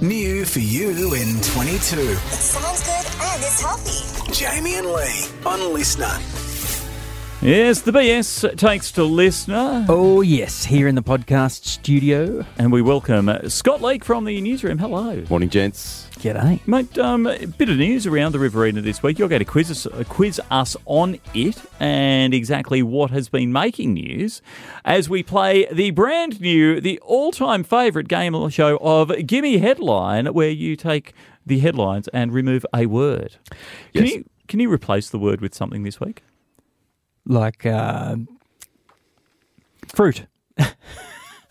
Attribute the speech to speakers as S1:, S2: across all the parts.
S1: New for you in 22.
S2: It sounds good and it's healthy.
S1: Jamie and Lee on Listener.
S3: Yes, the BS takes to listener,
S4: Oh, yes, here in the podcast studio.
S3: and we welcome uh, Scott Lake from the newsroom. Hello.
S5: Morning, gents.
S4: G'day.
S3: Mate, um, a bit of news around the Riverina this week. You're going to quiz us, uh, quiz us on it and exactly what has been making news as we play the brand new, the all time favourite game or show of Gimme Headline, where you take the headlines and remove a word. Can,
S5: Yes.
S3: you, can you replace the word with something this week?
S4: Like, uh, fruit.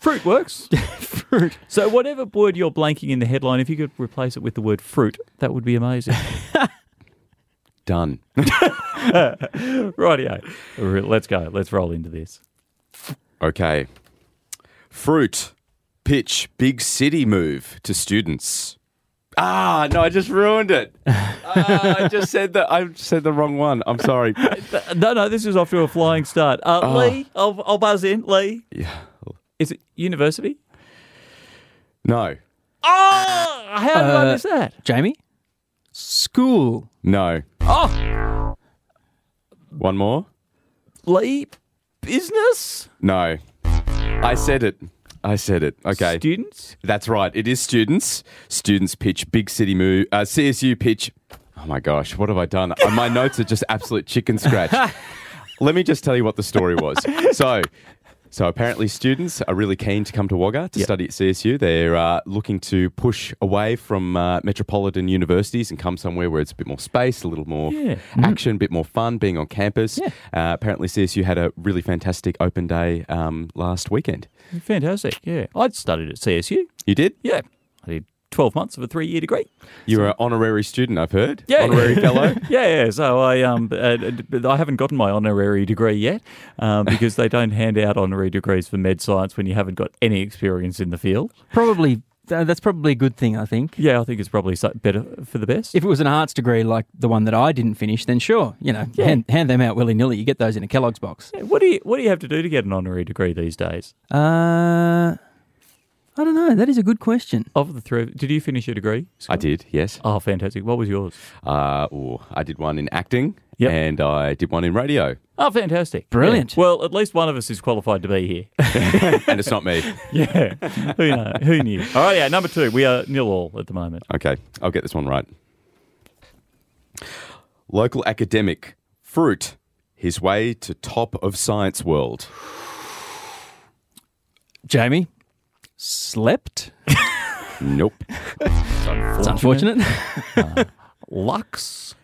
S3: Fruit works. fruit. So, whatever word you're blanking in the headline, if you could replace it with the word fruit, that would be amazing.
S5: Done.
S3: Rightio. Re- Let's go. Let's roll into this.
S5: Okay. Fruit. Pitch. Big city move to students. Ah, no, I just ruined it. Ah, I just said that. I said the wrong one. I'm sorry.
S3: Uh, No, no, this is off to a flying start. Uh, Lee, I'll, I'll buzz in. Lee,
S5: Yeah.
S3: is it university?
S5: No.
S3: Oh, how did I
S4: Uh,
S3: miss that?
S4: Jamie? School.
S5: No.
S3: Oh,
S5: One more?
S3: Lee, business?
S5: No. I said it. I said it. Okay.
S3: Students?
S5: That's right. It is students. Students pitch big city move. Uh, CSU pitch. Oh my gosh, what have I done? Uh, my notes are just absolute chicken scratch. Let me just tell you what the story was. So. So apparently, students are really keen to come to Wagga to study at CSU. They're uh, looking to push away from uh, metropolitan universities and come somewhere where it's a bit more space, a little more
S3: Yeah.
S5: action, a bit more fun, being on campus. Uh, apparently, CSU had a really fantastic open day um, last weekend.
S3: Fantastic. Yeah. I'd studied at CSU.
S5: You did?
S3: Yeah. I did 12 months of a three year degree.
S5: You're an honorary student, I've heard.
S3: Yeah.
S5: Honorary fellow.
S3: Yeah, yeah. So I um uh, d- I haven't gotten my honorary degree yet um, because they don't hand out honorary degrees for med science when you haven't got any experience in the field.
S4: Probably, uh, that's probably a good thing, I think.
S3: Yeah, I think it's probably so- better for the best.
S4: If it was an arts degree like the one that I didn't finish, then sure, you know, hand, hand them out willy nilly. You get those in a Kellogg's box.
S3: Yeah, what do you what do you have to do to get an honorary degree these days?
S4: Uh, I don't know. That is a good question.
S3: Of the three, did you finish your degree?
S5: I did, yes.
S3: Oh, fantastic! What was yours?
S5: Uh, ooh, I did one in acting
S3: Yep.
S5: and I did one in radio.
S3: Oh, fantastic!
S4: Brilliant.
S3: Yeah. Well, at least one of us is qualified to be here.
S5: and it's not me.
S3: yeah. Who know? Who knew? All right. Yeah. Number two, we are nil all at the moment.
S5: Okay, I'll get this one right. Local academic, fruit, his way to top of science world.
S4: Jamie? Slept?
S5: Nope.
S4: It's unfortunate.
S3: Lux.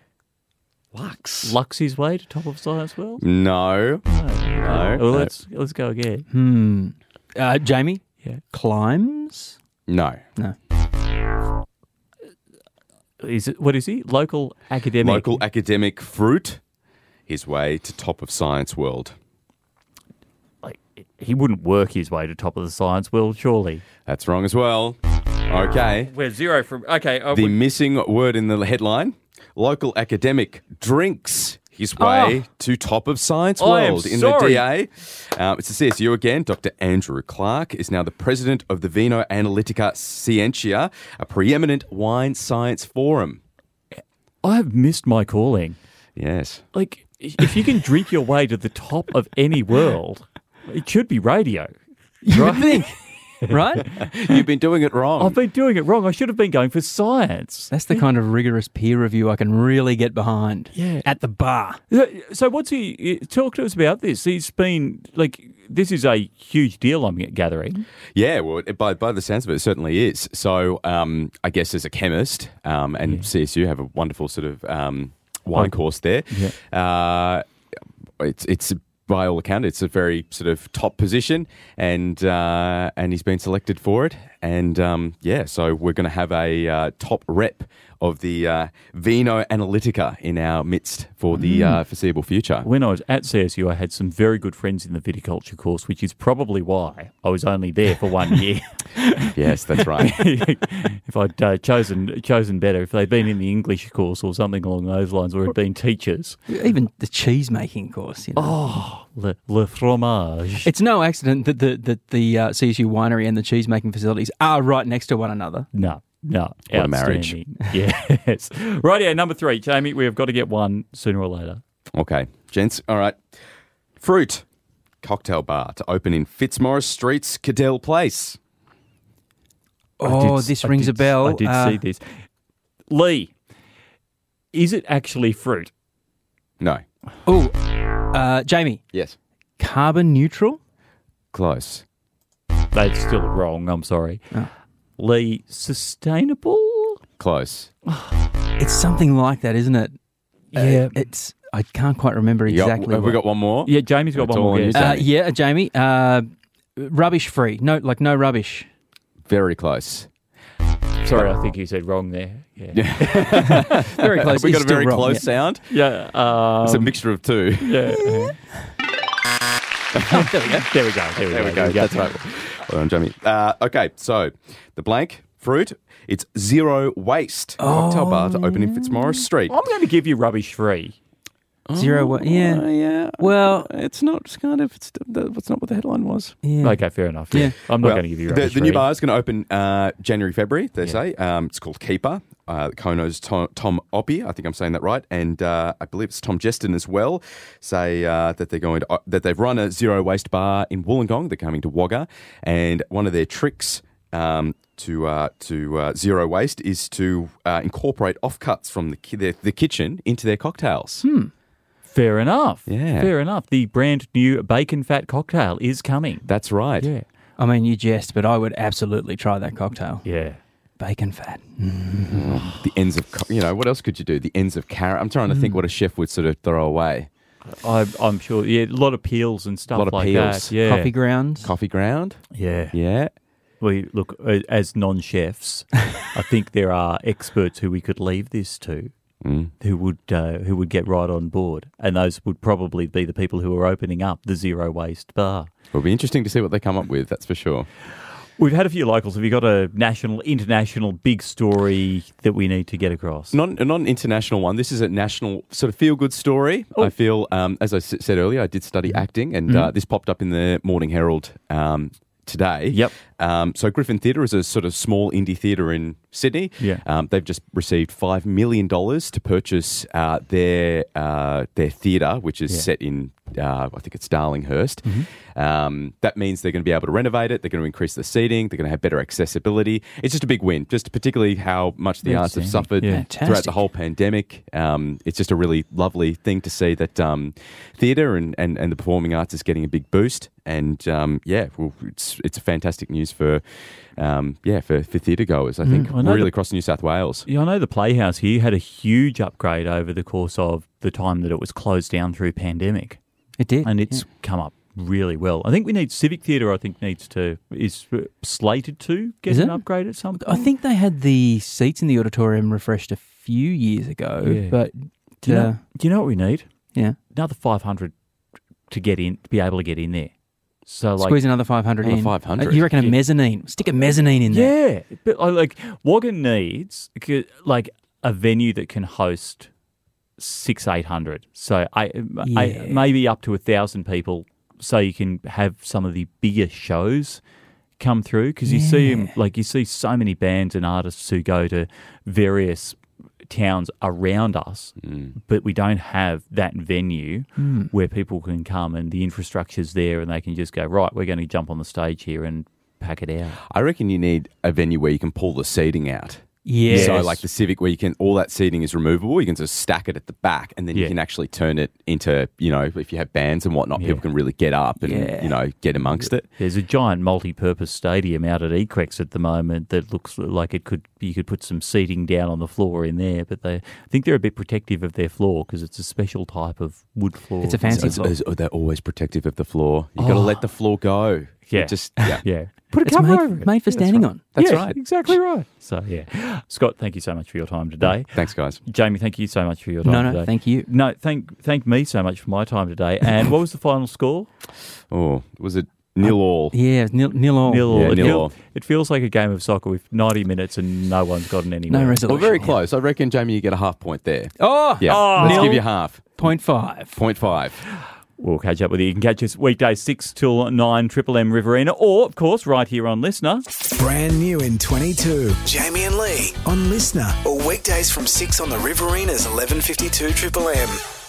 S5: Lux.
S3: Lux his way to top of science world.
S5: No. No.
S3: Well,
S5: No.
S3: let's let's go again.
S4: uh, Jamie?
S3: Yeah.
S4: Climbs?
S5: No.
S4: No.
S3: Is it what is he? Local academic.
S5: Local academic, fruit, his way to top of science world.
S3: Like, he wouldn't work his way to top of the science world, surely.
S5: That's wrong as well. Okay.
S3: We're zero from. Okay. Uh,
S5: The missing word in the headline: local academic drinks his way to top of science
S3: Oh. I am
S5: world in
S3: sorry.
S5: the DA. Uh, it's the CSU again. Dr. Andrew Clark is now the president of the Vino Analytica Scientia, a preeminent wine science forum.
S3: I have missed my calling.
S5: Yes.
S3: Like, if you can drink your way to the top of any world, it should be radio.
S4: You would think, right?
S5: You've been doing it wrong.
S3: I've been doing it wrong. I should have been going for science.
S4: That's the kind of rigorous peer review I can really get behind.
S3: Yeah.
S4: At the bar.
S3: So- So, what's he talk to us about this? He's been like, this is a huge deal. I'm gathering.
S5: Yeah, well, it- by, by the sounds of it, it certainly is. So, um, I guess as a chemist, um, and CSU have a wonderful sort of um, wine course there. Uh, it's it's by all account, it's a very sort of top position, and uh, and he's been selected for it. And um, yeah, so we're going to have a uh, top rep of the uh, Vino Analytica in our midst for the uh, foreseeable future.
S3: When I was at CSU, I had some very good friends in the viticulture course, which is probably why I was only there for one year.
S5: yes, that's right.
S3: if I'd uh, chosen chosen better, if they'd been in the English course or something along those lines, or had been teachers,
S4: Even the cheese making course. You know?
S3: le, le fromage.
S4: It's no accident that the, that the uh, CSU winery and the cheese making facilities are right next to one another.
S3: No, No,
S5: What a marriage.
S3: outstanding. Yes. right here, number three, Jamie. We have got to get one sooner or later.
S5: Okay, gents. All right. Fruit cocktail bar to open in Fitzmaurice Street's Cadell Place.
S4: Oh,
S3: did-
S4: this
S3: I
S4: rings
S3: did-
S4: a bell.
S3: I did
S4: Uh,
S3: see this. Lee, is it actually fruit?
S5: No.
S4: Oh, uh, Jamie,
S5: Yes.
S4: carbon neutral.
S5: Close.
S3: That's still wrong. I'm sorry. Lee, sustainable?
S5: Close.
S4: It's something like that, isn't it? Uh,
S3: Yeah.
S4: it's. I can't quite remember
S5: You got-
S4: exactly.
S5: have we
S4: what-
S5: got one more?
S3: Yeah, Jamie's got
S5: That's
S3: one more
S5: all you
S3: guess.
S5: said.
S4: Uh,
S5: Jamie.
S4: yeah, Jamie. Uh, rubbish free. No, like no rubbish.
S5: Very close.
S3: Ah, Sorry, I think you said wrong there. Yeah. Yeah.
S4: Very close.
S5: We got
S4: It's
S5: a very
S4: still wrong,
S5: close
S4: yeah.
S5: sound.
S3: uh,
S5: It's a mixture of two.
S3: yeah. there we go. There we go.
S5: There we go. That's right. Well done, Jamie. Uh, okay, so the blank fruit. It's zero waste cocktail bar to open in Fitzmaurice Street.
S3: I'm going to give you rubbish free.
S4: Zero. wa-
S5: Uh,
S4: yeah.
S5: yeah.
S4: Well-
S5: it's not it's kind of it's, that's not what the headline was.
S4: yeah.
S3: Okay, fair enough. Yeah.
S4: Yeah.
S3: I'm not
S5: Well,
S3: going to give you
S5: the,
S3: rubbish
S5: the
S3: free.
S5: new bar is going to open uh, January, February. They say um, it's called Keeper. Uh, Kono's Tom, Tom Oppie, I think I'm saying that right, and uh, I believe it's Tom Jeston as well. Say uh, that they're going to that they've run a zero waste bar in Wollongong. They're coming to Wagga, and one of their tricks. Um, to uh, to uh, zero waste is to uh, incorporate offcuts from the, ki- their, the kitchen into their cocktails.
S3: Hmm. Fair enough.
S5: Yeah.
S3: Fair enough. The brand new bacon fat cocktail is coming.
S5: That's right.
S3: Yeah.
S4: I mean, you jest, but I would absolutely try that cocktail.
S3: Yeah.
S4: Bacon fat.
S5: the ends of ca- you know what else could you do? The ends of carrot. I'm trying to
S3: Hmm.
S5: think what a chef would sort of throw away.
S3: I, I'm sure. Yeah, a lot of peels and stuff
S5: Lot of
S3: like
S5: peels.
S3: that. Yeah.
S4: Coffee grounds.
S5: Coffee ground.
S3: Yeah.
S5: Yeah.
S3: We look a- as non-chefs. I think there are experts who we could leave this to, who would uh, who would get right on board, and those would probably be the people who are opening up the zero waste bar.
S5: It'll be interesting to see what they come up with. That's for sure.
S3: We've had a few locals. Have you got a national, international big story that we need to get across?
S5: Not not an international one. This is a national sort of feel good story.
S3: Oh.
S5: I feel, um, as I s- said earlier, I did study
S3: Mm-hmm.
S5: acting, and uh, this popped up in the Morning Herald um, today.
S3: Yep.
S5: Um, so Griffin Theatre is a sort of small indie theatre in Sydney.
S3: Yeah.
S5: Um, they've just received five million dollars to purchase uh, their uh, their theatre, which is
S3: Yeah. Mm-hmm.
S5: set in uh, I think it's Darlinghurst. Um, that means they're going to be able to renovate it. They're going to increase the seating. They're going to have better accessibility. It's just a big win. Just particularly how much the arts have
S3: Outstanding.
S5: suffered
S3: Yeah.
S5: throughout the
S4: Fantastic.
S5: whole pandemic. Um, it's just a really lovely thing to see that um, theatre and, and, and the performing arts is getting a big boost. And um, yeah, well, it's it's fantastic news for um, yeah for, for theatre goers. I think
S3: Mm, I know
S5: really
S3: the-
S5: across New South Wales.
S3: Yeah, I know the Playhouse here had a huge upgrade over the course of the time that it was closed down through pandemic,
S4: It did.
S3: and it's come up really well. I think we need Civic Theatre. I think needs to is slated to get
S4: Is
S3: an
S4: it?
S3: upgrade at some.
S4: yeah. I
S3: Point.
S4: think they had the seats in the auditorium refreshed a few years ago,
S3: Yeah.
S4: but
S3: Do you, know,
S4: uh,
S3: do you know what we need?
S4: yeah,
S3: Another five hundred to get in, to be able to get in there. So like.
S4: squeeze another five hundred
S5: Another
S4: in.
S5: 500.
S4: Uh, you reckon a mezzanine? Stick a mezzanine in there.
S3: yeah, but I like Wagga needs c- like a venue that can host six eight hundred, so I, I
S4: Yeah.
S3: maybe up to a thousand people, so you can have some of the bigger shows come through because you see 'em- like you see so many bands and artists who go to various towns around us,
S4: Mm.
S3: but we don't have that venue
S4: Hmm.
S3: where people can come and the infrastructure's there and they can just go right. We're going to jump on the stage here and pack it out.
S5: I reckon you need a venue where you can pull the seating out.
S4: Yeah.
S5: So like the Civic, where you can all that seating is removable, you can just stack it at the back, and then
S3: Yeah.
S5: you can actually turn it into you know if you have bands and whatnot,
S3: Yeah.
S5: people can really get up and
S4: Yeah.
S5: you know get amongst it.
S3: There's a giant multi-purpose stadium out at Equex at the moment that looks like it could you could put some seating down on the floor in there, but they I think they're a bit protective of their floor because it's a special type of wood floor.
S4: It's a fancy
S5: It's-
S4: floor. Oh.
S5: it's- oh, they're always protective of the floor. You got to let the floor go. You
S3: Yeah.
S5: Just yeah.
S3: yeah. Put a
S4: It's
S3: cover
S4: made,
S3: over it.
S4: made for standing on.
S5: That's
S3: Yeah,
S5: right.
S3: Exactly right. So yeah, Scott, thank you so much for your time today.
S5: Thanks, guys.
S3: Jamie, thank you so much for your time.
S4: No, no,
S3: today.
S4: thank you.
S3: No, thank thank me so much for my time today. And what was the final score?
S5: Oh, was it nil all?
S4: Uh, Yeah, nil, nil all.
S3: Nil
S5: Yeah,
S3: all. It
S5: nil
S3: feel-
S5: all.
S3: It feels like a game of soccer with 90 minutes and no one's gotten anywhere.
S4: No
S5: Well,
S4: resolution.
S5: very close. I reckon, Jamie, you get a half point there.
S4: Oh,
S5: Yeah.
S3: Oh.
S5: Let's
S3: Nil.
S5: give you half.
S4: point five.
S5: Point five.
S3: We'll catch up with you. You can catch us weekday 6 till 9, Triple M Riverina, or, of course, right here on Listener.
S1: Brand new in 22. Jamie and Lee on Listener. Or weekdays from 6 on the Riverina's 1152 Triple M.